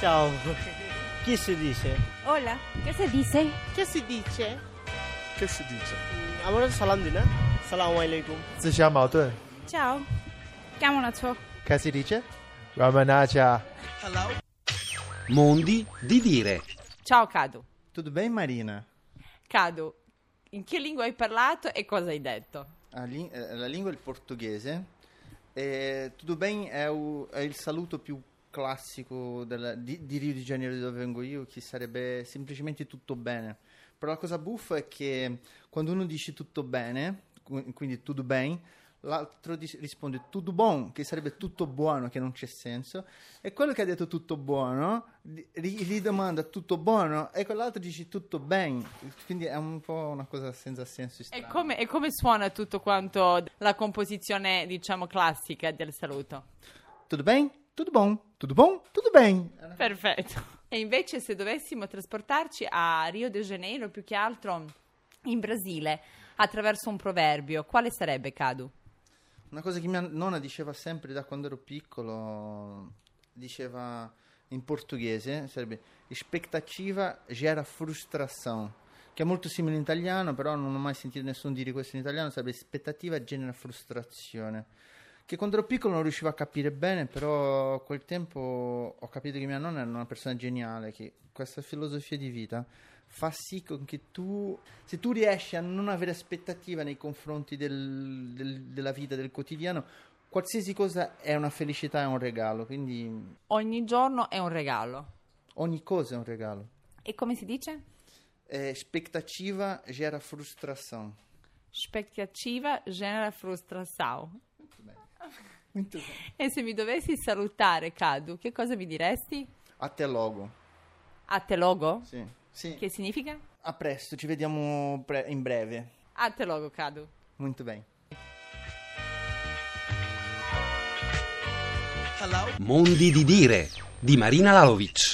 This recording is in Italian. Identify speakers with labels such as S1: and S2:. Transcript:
S1: Ciao. Chi si dice?
S2: Hola, ¿qué se dice?
S3: Che si dice?
S4: Che si dice?
S1: আমরা তো সালাম দিই না সালাম আলাইকুম
S4: 自相矛盾，
S2: Ciao. Chiamo la ciò.
S4: 开始理解。Ramanaja，
S5: Mondi di dire.
S6: Ciao Cadu.
S7: Tudo bem, Marina?
S6: Cadu, in che lingua hai parlato e cosa hai detto?
S7: A lin- eh, la lingua è il portoghese. E tudo bem è, o- è il saluto più classico della- di, di Rio di Janeiro di dove vengo io, che sarebbe semplicemente tutto bene. Però la cosa buffa è che quando uno dice tutto bene, qu- quindi tudo bem, l'altro dis- risponde tudo bom, che sarebbe tutto buono, che non c'è senso. E quello che ha detto tutto buono di- ri- gli domanda tutto buono e quell'altro dice tutto ben. Quindi è un po' una cosa senza senso.
S6: E
S7: strana.
S6: come, e come suona tutto quanto la composizione, diciamo, classica del saluto?
S7: Tudo bem? Tudo bom? Tudo bom? Tudo bem.
S6: Perfetto. E invece se dovessimo trasportarci a Rio de Janeiro, più che altro in Brasile, attraverso un proverbio, quale sarebbe Cadu?
S7: Una cosa che mia nonna diceva sempre da quando ero piccolo, diceva in portoghese, sarebbe aspettativa gera frustração, che è molto simile in italiano, però non ho mai sentito nessuno dire questo in italiano, sarebbe aspettativa genera frustrazione. Che quando ero piccolo non riuscivo a capire bene, però col tempo ho capito che mia nonna era una persona geniale, che questa filosofia di vita fa sì con che tu, se tu riesci a non avere aspettativa nei confronti del- del- della vita, del quotidiano, qualsiasi cosa è una felicità, è un regalo, quindi
S6: Ogni giorno è un regalo.
S7: ogni cosa è un regalo.
S6: E come si dice?
S7: Eh, aspettativa gera frustração.
S6: Spectativa genera frustração.
S7: Muito bem.
S6: E se mi dovessi salutare, Cadu, che cosa mi diresti?
S7: Até logo.
S6: A te logo?
S7: Sì. Sì.
S6: Che significa?
S7: A presto, ci vediamo pre- in breve.
S6: A te logo, Cadu.
S7: Muito bem.
S5: Mondi di dire. Di Marina Lalovic.